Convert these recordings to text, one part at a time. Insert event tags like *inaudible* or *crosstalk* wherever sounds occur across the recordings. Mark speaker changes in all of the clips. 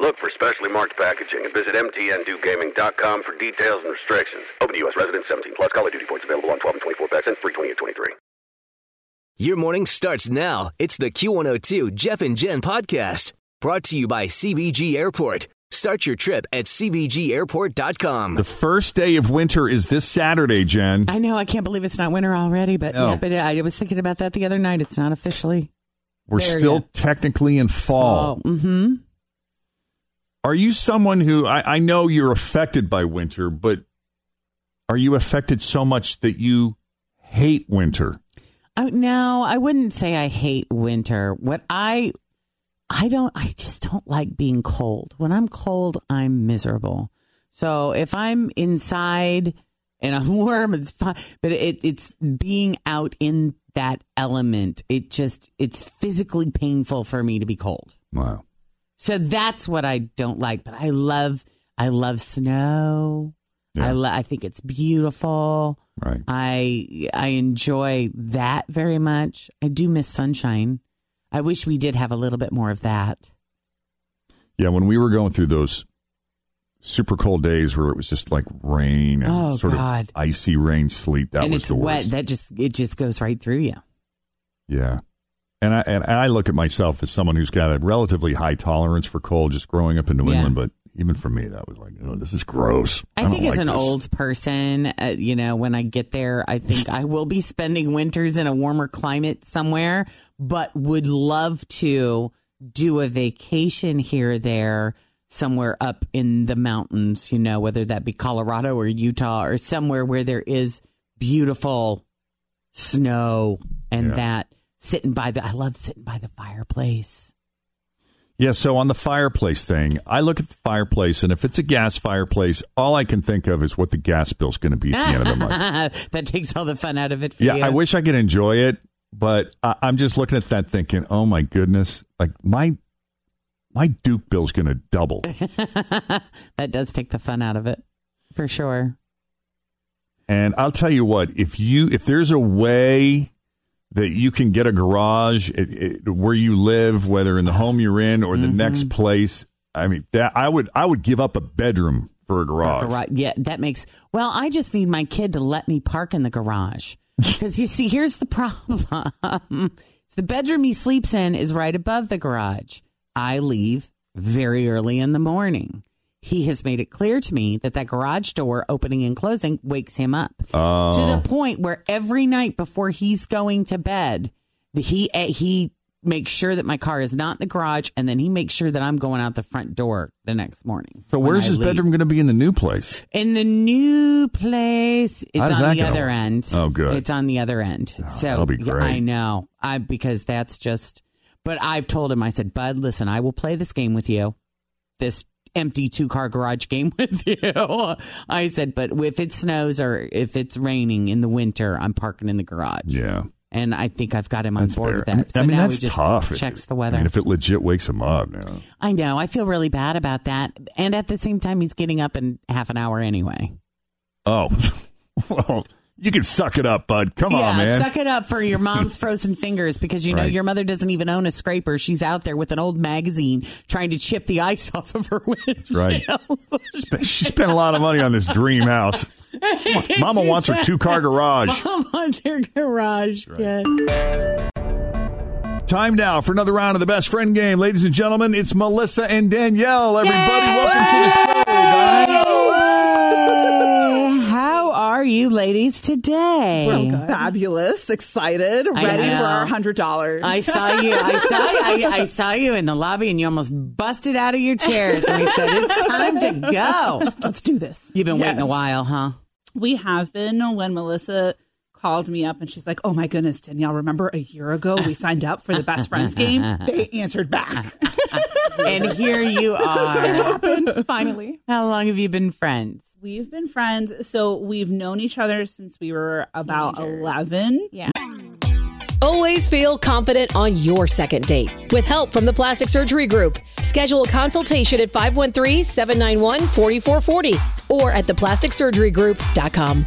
Speaker 1: Look for specially marked packaging and visit mtndewgaming.com for details and restrictions. Open to U.S. residents 17 plus. Call of Duty points available on 12 and 24 packs and free 20 and 23.
Speaker 2: Your morning starts now. It's the Q102 Jeff and Jen podcast brought to you by CBG Airport. Start your trip at CBGAirport.com.
Speaker 3: The first day of winter is this Saturday, Jen.
Speaker 4: I know. I can't believe it's not winter already, but
Speaker 3: No.
Speaker 4: yeah, but I, I was thinking about that the other night. It's not officially
Speaker 3: We're
Speaker 4: There
Speaker 3: still
Speaker 4: you go.
Speaker 3: technically in fall.
Speaker 4: hmm
Speaker 3: Are you someone who I, I know you're affected by winter, but are you affected so much that you hate winter?
Speaker 4: Oh, no, I wouldn't say I hate winter. What I, I don't, I just don't like being cold. When I'm cold, I'm miserable. So if I'm inside and I'm *laughs* warm, it's fine. But it, it's being out in that element. It just, it's physically painful for me to be cold.
Speaker 3: Wow.
Speaker 4: So that's what I don't like, but I love I love snow.
Speaker 3: Yeah.
Speaker 4: I lo- I think it's beautiful.
Speaker 3: Right.
Speaker 4: I I enjoy that very much. I do miss sunshine. I wish we did have a little bit more of that.
Speaker 3: Yeah, when we were going through those super cold days where it was just like rain and
Speaker 4: Oh,
Speaker 3: sort
Speaker 4: God.
Speaker 3: of icy rain, sleet, that
Speaker 4: and
Speaker 3: was
Speaker 4: it's
Speaker 3: the worst.
Speaker 4: wet. That just it just goes right through you.
Speaker 3: Yeah. And I and I look at myself as someone who's got a relatively high tolerance for cold just growing up in New
Speaker 4: Yeah.
Speaker 3: England, but even for me that was like, oh, this is gross.
Speaker 4: I,
Speaker 3: don't
Speaker 4: think as
Speaker 3: like
Speaker 4: an
Speaker 3: this."
Speaker 4: old person, uh, you know, when I get there, I think I will be spending winters in a warmer climate somewhere, but would love to do a vacation here or there somewhere up in the mountains, you know, whether that be Colorado or Utah or somewhere where there is beautiful snow and
Speaker 3: Yeah.
Speaker 4: that sitting by the I love sitting by the fireplace.
Speaker 3: Yeah, so on the fireplace thing, I look at the fireplace and if it's a gas fireplace, all I can think of is what the gas bill's going to be at the end of the
Speaker 4: *laughs*
Speaker 3: month.
Speaker 4: that takes all the fun out of it for
Speaker 3: Yeah,
Speaker 4: you.
Speaker 3: I wish I could enjoy it, but I, I'm just looking at that thinking, "Oh my goodness, like my my Duke bill's going to double."
Speaker 4: *laughs* that does take the fun out of it for sure.
Speaker 3: And I'll tell you what, if you if there's a way that you can get a garage it, it, where you live, whether in the home you're in or the
Speaker 4: Mm-hmm.
Speaker 3: next place, I mean that I would I would give up a bedroom for a garage.
Speaker 4: Garage. Yeah, that makes. Well, I just need my kid to let me park in the garage. Because you see, here's the problem *laughs* It's the bedroom he sleeps in is right above the garage. I leave very early in the morning. He has made it clear to me that that garage door opening and closing wakes him up
Speaker 3: Oh.
Speaker 4: to the point where every night before he's going to bed, the- he eh, he makes sure that my car is not in the garage, and then he makes sure that I'm going out the front door the next morning.
Speaker 3: So
Speaker 4: when
Speaker 3: where's
Speaker 4: I
Speaker 3: his
Speaker 4: leave.
Speaker 3: bedroom going to be in the new place?
Speaker 4: In the new place, it's
Speaker 3: How's that
Speaker 4: on the
Speaker 3: gonna
Speaker 4: other
Speaker 3: work?
Speaker 4: end.
Speaker 3: Oh, good.
Speaker 4: It's on the other end.
Speaker 3: Oh,
Speaker 4: so
Speaker 3: that'll be
Speaker 4: yeah,
Speaker 3: great.
Speaker 4: I know. I because that's just. But I've told him. I said, Bud, listen, I will play this game with you. This empty two car garage game *laughs* with you. I said, but if it snows or if it's raining in the winter, I'm parking in the garage.
Speaker 3: Yeah,
Speaker 4: And I think I've got him on
Speaker 3: that's
Speaker 4: board
Speaker 3: fair.
Speaker 4: with
Speaker 3: I mean,
Speaker 4: that. So
Speaker 3: I mean,
Speaker 4: now
Speaker 3: that's
Speaker 4: he just
Speaker 3: tough.
Speaker 4: Checks
Speaker 3: If-
Speaker 4: the weather.
Speaker 3: I mean, if it legit wakes him up, you know.
Speaker 4: I know. I feel really bad about that. And at the same time, he's getting up in half an hour anyway.
Speaker 3: oh, *laughs* well, You can suck it up, bud. Come
Speaker 4: yeah,
Speaker 3: on, man.
Speaker 4: suck it up for your
Speaker 3: *laughs*
Speaker 4: mom's frozen fingers because you know
Speaker 3: Right.
Speaker 4: your mother doesn't even own a scraper. She's out there with an old magazine trying to chip the ice *laughs* off of her windshield.
Speaker 3: right. she spent a lot of money on this dream
Speaker 4: *laughs*
Speaker 3: house. Mama wants her two car garage.
Speaker 4: Mom wants her garage. Yeah.
Speaker 3: Time now for another round of the best friend game. Ladies and gentlemen, it's Melissa and Danielle. Everybody, welcome to the show.
Speaker 4: Hey, how are you ladies today?
Speaker 5: Fabulous, excited,
Speaker 4: I
Speaker 5: ready
Speaker 4: know.
Speaker 5: for our hundred dollars. *laughs*
Speaker 4: I saw you. I saw you. I, I saw you in the lobby, and you almost busted out of your chairs. And we said, "It's time to go."
Speaker 6: Let's do this.
Speaker 4: You've been waiting a while, huh?
Speaker 6: We have been when Melissa called me up and she's like, "Oh my goodness, Danielle, remember a year ago we signed up for the best
Speaker 4: *laughs*
Speaker 6: friends game? They answered back. *laughs*
Speaker 4: And here you are.
Speaker 6: Finally,
Speaker 4: How long have you been friends?
Speaker 6: we've been friends, so we've known each other since we were about 11. Yeah.
Speaker 7: Always feel confident on your second date. With help from the Plastic Surgery Group, schedule a consultation at 513-791-4440 or at theplasticsurgerygroup.com.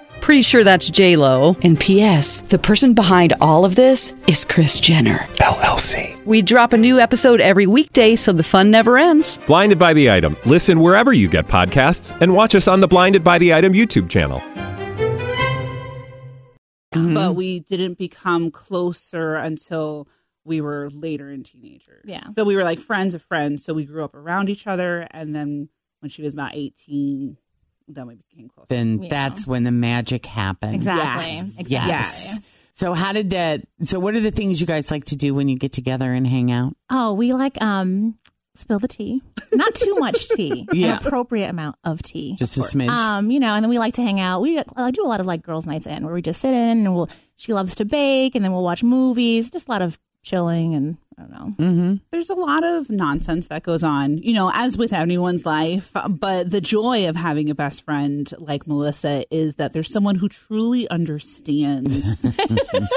Speaker 7: Pretty sure that's J Lo. And P.S. The person behind all of this is Chris Jenner.
Speaker 8: LLC.
Speaker 7: We drop a new episode every weekday, so the fun never ends.
Speaker 8: Blinded by the item. Listen wherever you get podcasts, and watch us on the Blinded by the Item YouTube channel.
Speaker 4: Mm-hmm.
Speaker 6: but we didn't become closer until we were later in teenagers.
Speaker 5: Yeah.
Speaker 6: So we were like friends of friends. So we grew up around each other. And then when she was about 18, then we became closer.
Speaker 4: Then
Speaker 5: Yeah.
Speaker 4: that's when the magic happens.
Speaker 5: exactly.
Speaker 6: Yes.
Speaker 5: exactly.
Speaker 4: Yes. So how did that? So what are the things you guys like to do when you get together and hang out?
Speaker 5: Oh, we like um spill the tea. Not too much tea.
Speaker 4: *laughs* Yeah.
Speaker 5: An appropriate amount of tea.
Speaker 4: Just a smidge.
Speaker 5: Um, you know, and then we like to hang out. We I do a lot of like girls' nights in where we just sit in and we'll she loves to bake and then we'll watch movies. Just a lot of chilling and I don't know.
Speaker 6: There's a lot of nonsense that goes on, you know, as with anyone's life. But the joy of having a best friend like Melissa is that there's someone who truly
Speaker 4: *laughs*
Speaker 6: understands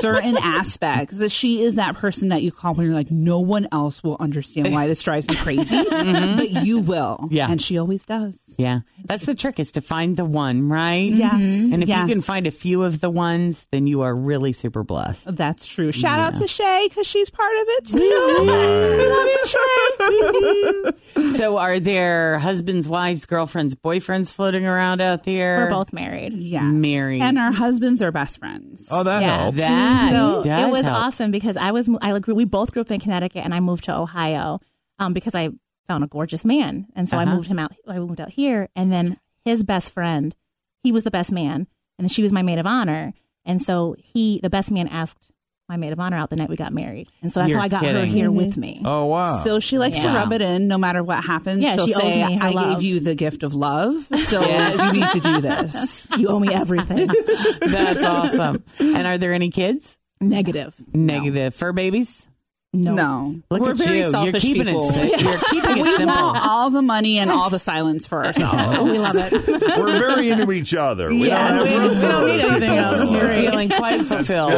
Speaker 6: certain aspects. That She is that person that you call when you're like, no one else will understand why this drives me
Speaker 4: *laughs*
Speaker 6: crazy, but you will.
Speaker 4: Mm-hmm. Yeah.
Speaker 6: And she always does.
Speaker 4: yeah, that's the trick is to find the one, right?
Speaker 6: Yes.
Speaker 5: Mm-hmm.
Speaker 4: And if
Speaker 6: Yes.
Speaker 4: you can find a few of the ones, then you are really
Speaker 5: *laughs*
Speaker 4: super blessed.
Speaker 6: That's true. Shout out to Shay because she's part of it too. *laughs* We love you, Shay.
Speaker 4: *laughs* so are there husbands, wives, girlfriends, boyfriends floating around out there?
Speaker 5: We're both married.
Speaker 6: yeah.
Speaker 4: married.
Speaker 6: And our husbands are best friends.
Speaker 3: Oh, that
Speaker 5: Yeah.
Speaker 3: helps.
Speaker 4: that
Speaker 5: So
Speaker 4: does
Speaker 5: it was
Speaker 4: help.
Speaker 5: awesome because I was I grew, we both grew up in Connecticut and I moved to Ohio um, because I found a gorgeous man and so
Speaker 4: Uh-huh.
Speaker 5: I moved him out I moved out here and then his best friend he was the best man and she was my maid of honor and so he the best man asked my maid of honor out the night we got married and so that's
Speaker 4: You're
Speaker 5: how I got her
Speaker 4: kidding.
Speaker 5: here with me
Speaker 3: Oh, wow.
Speaker 6: So she likes to
Speaker 4: Yeah.
Speaker 6: rub it in no matter what happens.
Speaker 5: Yeah,
Speaker 6: She'll
Speaker 5: she owes
Speaker 6: say,
Speaker 5: me her
Speaker 6: I
Speaker 5: love."
Speaker 6: gave you the gift of love.
Speaker 5: *laughs*
Speaker 6: So
Speaker 4: Yes.
Speaker 6: you need to do this.
Speaker 5: you owe me
Speaker 6: *laughs*
Speaker 5: everything
Speaker 4: *laughs* That's awesome. And are there any kids?
Speaker 5: negative
Speaker 4: Negative fur babies.
Speaker 6: No.
Speaker 4: Look
Speaker 6: We're
Speaker 4: at
Speaker 6: very
Speaker 4: you. You're
Speaker 6: selfish
Speaker 4: keeping
Speaker 6: people.
Speaker 5: *laughs*
Speaker 4: it. si- *laughs* You're keeping it
Speaker 6: We
Speaker 4: simple. Oh.
Speaker 6: want all the money and all the silence
Speaker 4: *laughs*
Speaker 6: for ourselves. we love it.
Speaker 3: We're very into each other. We
Speaker 6: Yes.
Speaker 3: don't have
Speaker 6: We-
Speaker 3: room
Speaker 6: we
Speaker 3: for
Speaker 6: don't
Speaker 3: other
Speaker 6: need anything
Speaker 3: people.
Speaker 6: else.
Speaker 4: You're
Speaker 6: Right.
Speaker 4: feeling quite fulfilled.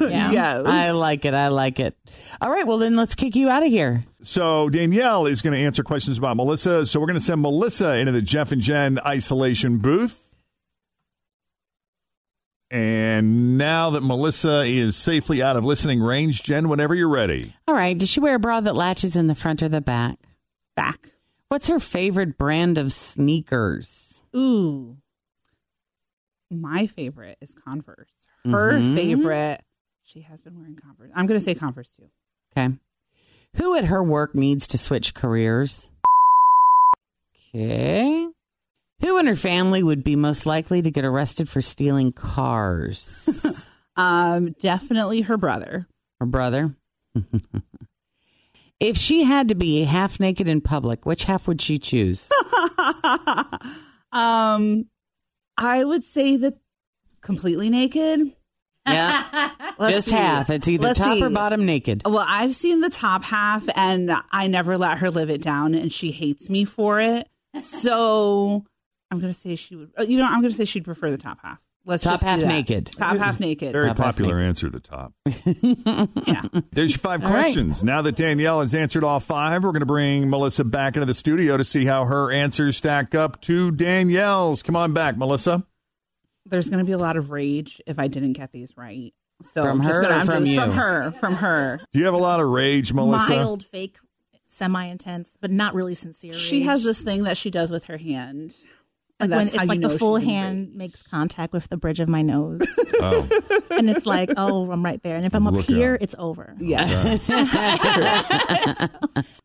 Speaker 3: Good.
Speaker 5: yeah
Speaker 6: Yes.
Speaker 4: I like it. I like it. All right. Well, then let's kick you out of here.
Speaker 3: So Danielle is going to answer questions about Melissa. So we're going to send Melissa into the Jeff and Jen isolation booth. And now that Melissa is safely out of listening range, Jen, whenever you're ready.
Speaker 4: All right. Does she wear a bra that latches in the front or the back?
Speaker 6: Back.
Speaker 4: What's her favorite brand of sneakers?
Speaker 6: Ooh. My favorite is Converse. Her
Speaker 4: Mhm.
Speaker 6: favorite, she has been wearing Converse. I'm going to say Converse too.
Speaker 4: Okay. Who at her work needs to switch careers? Okay. Who in her family would be most likely to get arrested for stealing
Speaker 6: *laughs*
Speaker 4: cars?
Speaker 6: Um, definitely her brother. *laughs*
Speaker 4: her brother? *laughs* if she had to be half naked in public, which half would she
Speaker 6: *laughs*
Speaker 4: choose?
Speaker 6: um, I would say that completely naked.
Speaker 4: yeah. *laughs*
Speaker 6: Let's
Speaker 4: Just
Speaker 6: see.
Speaker 4: half. It's either
Speaker 6: Let's
Speaker 4: top or
Speaker 6: see. Oh.
Speaker 4: bottom naked.
Speaker 6: Well, I've seen the top half and I never let her live it down and she hates me for it. So I'm going to say she would. uh, You know, I'm going to say she'd prefer the top half. Let's
Speaker 4: Top
Speaker 6: just do
Speaker 4: half
Speaker 6: that.
Speaker 4: naked.
Speaker 6: Top half naked.
Speaker 3: Very
Speaker 4: Top half
Speaker 3: popular
Speaker 4: naked.
Speaker 3: answer, the
Speaker 6: *laughs*
Speaker 3: top. There's your five questions. Now that Danielle has answered all five, we're going to bring Melissa back into the studio to see how her answers stack up to Danielle's. Come on back, Melissa.
Speaker 6: There's going to be a lot of rage if I didn't get these right. So
Speaker 4: From
Speaker 6: I'm just
Speaker 4: her
Speaker 6: gonna,
Speaker 4: or
Speaker 6: I'm
Speaker 4: from
Speaker 6: just-
Speaker 4: you?
Speaker 6: From her. From her.
Speaker 3: Do you have a lot of rage, Melissa?
Speaker 5: Mild, fake, semi intense, but not really sincere.
Speaker 6: She
Speaker 5: rage.
Speaker 6: has this thing that she does with her hand.
Speaker 5: like
Speaker 6: that's
Speaker 5: when
Speaker 6: how
Speaker 5: it's
Speaker 6: you
Speaker 5: like
Speaker 6: know
Speaker 5: the
Speaker 6: she's
Speaker 5: full
Speaker 6: in rage.
Speaker 5: hand makes contact with the bridge of my nose,
Speaker 3: Oh,
Speaker 5: and it's like, oh, I'm right there. And if I'm up
Speaker 3: Look
Speaker 5: here,
Speaker 3: out.
Speaker 5: it's over.
Speaker 6: Yeah.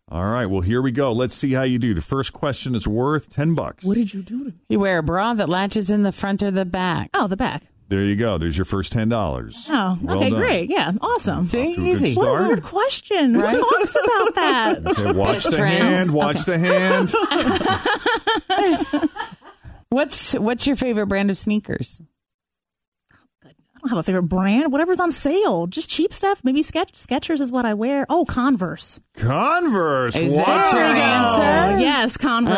Speaker 3: all right. Well, here we go. Let's see how you do. The first question is worth 10 bucks.
Speaker 6: what did you do to me?
Speaker 4: You wear a bra that latches in the front or the back.
Speaker 5: Oh, the back.
Speaker 3: There you go. There's your first $10.
Speaker 5: Oh,
Speaker 3: Well
Speaker 5: okay,
Speaker 3: done.
Speaker 5: great. Yeah, awesome.
Speaker 4: See,
Speaker 3: to a good
Speaker 4: easy.
Speaker 3: start.
Speaker 5: What
Speaker 3: Darn.
Speaker 5: a weird question. Who talks about that?
Speaker 3: Okay,
Speaker 4: *laughs*
Speaker 3: watch
Speaker 4: Best
Speaker 3: the
Speaker 4: friends.
Speaker 3: hand. Watch the
Speaker 4: *laughs*
Speaker 3: hand.
Speaker 4: What's what's your favorite brand of sneakers?
Speaker 5: I don't have a favorite brand. Whatever's on sale, just cheap stuff. Maybe Sketch Skechers is what I wear. Oh, Converse.
Speaker 3: Converse.
Speaker 4: Is
Speaker 3: wow.
Speaker 4: that your answer?
Speaker 5: Oh, yes, Converse.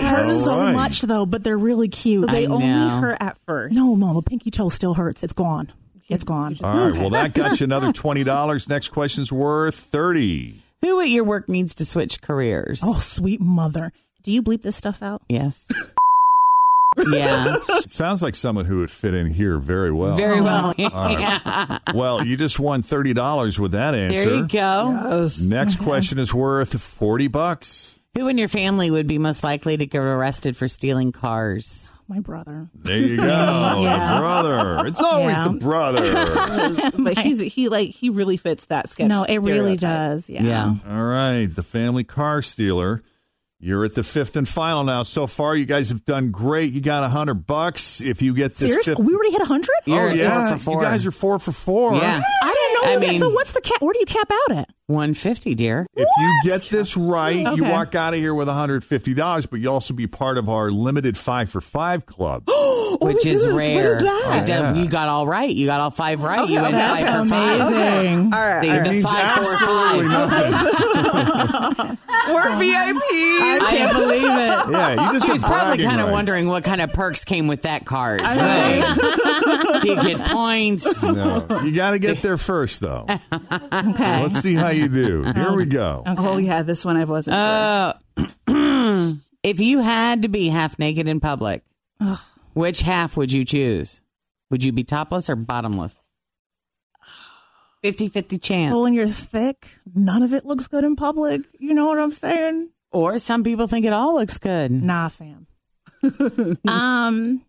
Speaker 5: They hurt
Speaker 3: All
Speaker 5: so
Speaker 3: right.
Speaker 5: much though, but they're really cute.
Speaker 6: They
Speaker 4: I
Speaker 6: only
Speaker 4: know.
Speaker 6: her at first.
Speaker 5: no, mom, a pinky toe still hurts. It's gone. It's gone.
Speaker 3: All right. Well, that got
Speaker 5: *laughs*
Speaker 3: you another $20. Next question's worth 30
Speaker 4: Who at your work needs to switch careers?
Speaker 5: Oh, sweet mother. Do you bleep this stuff out?
Speaker 4: yes. *laughs* yeah.
Speaker 3: Sounds like someone who would fit in here very well.
Speaker 4: Very well. *laughs*
Speaker 3: well, you just won thirty dollars with that answer.
Speaker 4: There you go.
Speaker 3: Next
Speaker 4: Uh-huh.
Speaker 3: question is worth forty bucks.
Speaker 4: Who in your family would be most likely to get arrested for stealing cars?
Speaker 5: My brother.
Speaker 3: There
Speaker 4: *laughs*
Speaker 3: you go,
Speaker 5: Yeah.
Speaker 3: the brother. It's always
Speaker 5: Yeah.
Speaker 3: the
Speaker 4: *laughs*
Speaker 3: brother.
Speaker 6: but he's he like he really fits that sketch.
Speaker 5: no, it really
Speaker 6: stereotype.
Speaker 5: does. Yeah.
Speaker 3: All right, the family car stealer. You're at the fifth and final now. So far, you guys have done great. You got a hundred bucks if you get this.
Speaker 5: Seriously?
Speaker 3: fifth-
Speaker 5: We already hit 100?
Speaker 3: oh
Speaker 4: You're
Speaker 3: yeah,
Speaker 4: four for four.
Speaker 3: you guys are four for four.
Speaker 4: Yeah.
Speaker 5: I didn't know.
Speaker 4: I
Speaker 5: that.
Speaker 4: mean-
Speaker 5: so what's the cap? Where do you cap out at?
Speaker 4: 150, dear.
Speaker 3: If you get this right, you
Speaker 5: Okay.
Speaker 3: walk out of here with $150, but you also be part of our limited five for five
Speaker 4: *gasps*
Speaker 3: club.
Speaker 5: Oh,
Speaker 4: which is rare.
Speaker 3: that?
Speaker 4: It does-
Speaker 3: Oh, yeah.
Speaker 4: You got all right. You got all five right. you went
Speaker 5: That's
Speaker 4: five for five.
Speaker 5: amazing.
Speaker 6: All right.
Speaker 4: So you
Speaker 6: all
Speaker 4: get
Speaker 6: right.
Speaker 3: means
Speaker 4: five for
Speaker 3: absolutely
Speaker 4: five.
Speaker 3: nothing.
Speaker 4: *laughs*
Speaker 6: We're VIP.
Speaker 4: I can't believe *laughs* it.
Speaker 3: yeah, you just
Speaker 4: She
Speaker 3: have
Speaker 4: was probably
Speaker 3: bragging
Speaker 4: kind of
Speaker 3: rights.
Speaker 4: wondering what kind of perks came with that card. Right. you get points.
Speaker 3: No, *laughs* you got to get there
Speaker 5: *laughs*
Speaker 3: first, though.
Speaker 5: Okay.
Speaker 3: Let's see how you do. Here we go.
Speaker 6: Oh yeah, this one I wasn't. sure.
Speaker 4: Uh, *clears throat* if you had to be half naked in public, which half would you choose? Would you be topless or bottomless? 50 50 chance.
Speaker 6: Oh.
Speaker 5: Well, when you're thick, none of it looks good in public. You know what I'm saying?
Speaker 4: Or some people think it all looks good.
Speaker 5: Nah, *laughs* fam. um,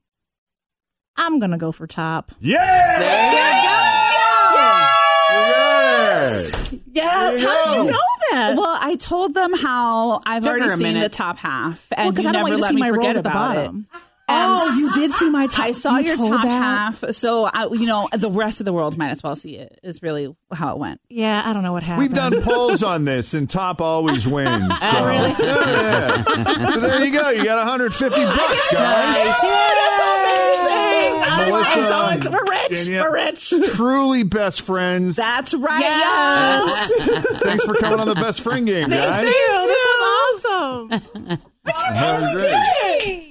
Speaker 5: I'm gonna go for top.
Speaker 3: Yeah! Yes!
Speaker 5: Yes. How did you know that?
Speaker 6: Well, I told them how I've
Speaker 4: Took her
Speaker 6: already
Speaker 4: a
Speaker 6: seen
Speaker 4: minute.
Speaker 6: the top half,
Speaker 5: Well,
Speaker 6: and you
Speaker 5: I don't
Speaker 6: never
Speaker 5: want you to
Speaker 6: let
Speaker 5: see
Speaker 6: me
Speaker 5: my rolls
Speaker 6: forget
Speaker 5: at the
Speaker 6: about it.
Speaker 5: bottom. Oh, you did see my top.
Speaker 6: I saw
Speaker 5: you
Speaker 6: your
Speaker 5: told
Speaker 6: top
Speaker 5: that?
Speaker 6: half, so I, you know the rest of the world might as well see it. Is really how it went.
Speaker 5: Yeah, I don't know what happened.
Speaker 3: We've done polls on this, and
Speaker 5: *laughs*
Speaker 3: top always wins. So.
Speaker 5: Oh, really?
Speaker 3: Yeah, yeah. So there you go. You got 150 bucks, guys.
Speaker 5: That's amazing.
Speaker 3: Melissa,
Speaker 5: I'm so excited. We're rich.
Speaker 3: Danielle,
Speaker 5: We're rich.
Speaker 3: Truly best friends.
Speaker 6: That's right.
Speaker 5: Yes.
Speaker 3: Thanks for coming on the best friend game, guys.
Speaker 5: Ew, this was awesome.
Speaker 3: That was great.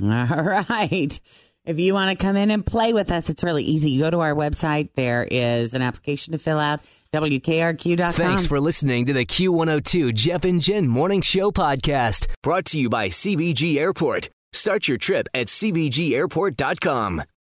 Speaker 4: *laughs* All right. If you want to come in and play with us, it's really easy. You go to our website. There is an application to fill out, wkrq.com.
Speaker 2: Thanks for listening to the Q102 Jeff and Jen Morning Show podcast, brought to you by CBG Airport. Start your trip at CBGAirport.com.